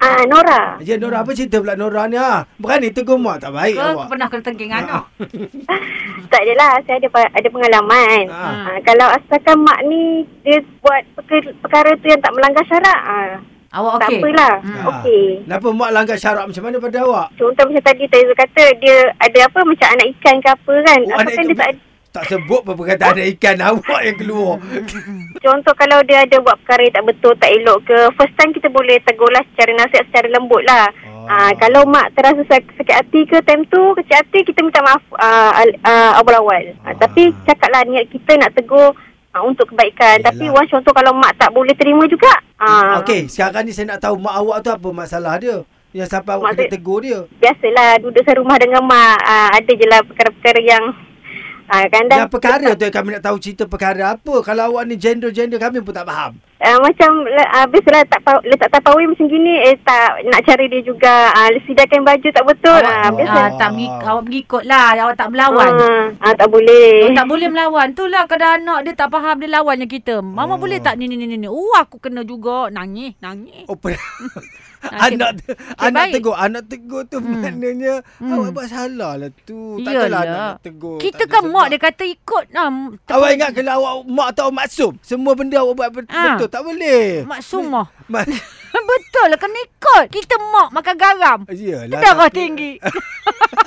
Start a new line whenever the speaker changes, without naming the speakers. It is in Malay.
Ah, Nora.
Ya Nora, apa cerita pula Nora ni ha? Berani tegur mak tak baik
Ke
Eh, awak. Ah,
pernah kena tengking anak?
Tak adalah, saya ada pa- ada pengalaman.
Ha.
Ha. kalau asalkan mak ni dia buat perkara, perkara tu yang tak melanggar syarak, ha.
Awak
tak
okey?
apalah.
Hmm.
Ah.
Hmm. Okey.
Kenapa mak langgar syarat macam mana pada awak?
Contoh macam tadi Taizu kata dia ada apa macam anak ikan ke apa kan.
Oh, anak
asalkan dia tak
ikan- tak sebut pun perkataan ada ikan awak yang keluar.
Contoh kalau dia ada buat perkara yang tak betul, tak elok ke, first time kita boleh tegur lah secara nasihat, secara lembut lah.
Oh.
Oh. kalau mak terasa sak- sakit hati ke time tu, kecil hati kita minta maaf uh, uh, awal-awal. Ah,
Ah.
tapi cakaplah niat kita nak tegur ah, untuk kebaikan.
Yelah.
Tapi once contoh kalau mak tak boleh terima juga. ah,
Ha.
Okey, sekarang ni saya nak tahu mak awak tu apa masalah dia? Yang sampai awak kena
Maksud-
tegur dia.
Biasalah duduk serumah dengan mak, ah, ada je lah perkara-perkara yang ah, kadang
Yang perkara tu yang kami nak tahu cerita perkara apa. Kalau awak ni gender-gender kami pun tak faham.
Uh, macam uh, biasalah tak pa- letak tapawin macam gini eh tak nak cari dia juga uh, sidakan baju tak betul ah
lah,
uh,
Awak,
biasa
ah, tak mengik- awak mengikut lah. Awak tak melawan.
Oh,
Ah, ah, tak boleh.
eh.
Oh, tak boleh melawan. Itulah kadang anak dia tak faham dia lawannya kita. Mama boleh tak ni ni ni ni, ni. Oh aku kena juga. Nangis, nangis.
Oh, per-
Hmm.
anak te- anak
Ah, baik.
tegur anak tegur tu
Hmm.
maknanya
Hmm.
awak buat salah lah tu tak adalah anak
Iyalah.
nak tegur tak
Kita
ada
kan mak
sebab.
dia kata ikut lah.
awak ingat kalau awak mak atau maksum semua benda awak buat bet-
Ah.
betul tak boleh
Mak sumah.
mak
Betul lah kena ikut. Kita mak makan garam.
Yelah
Darah
tapi-
tinggi.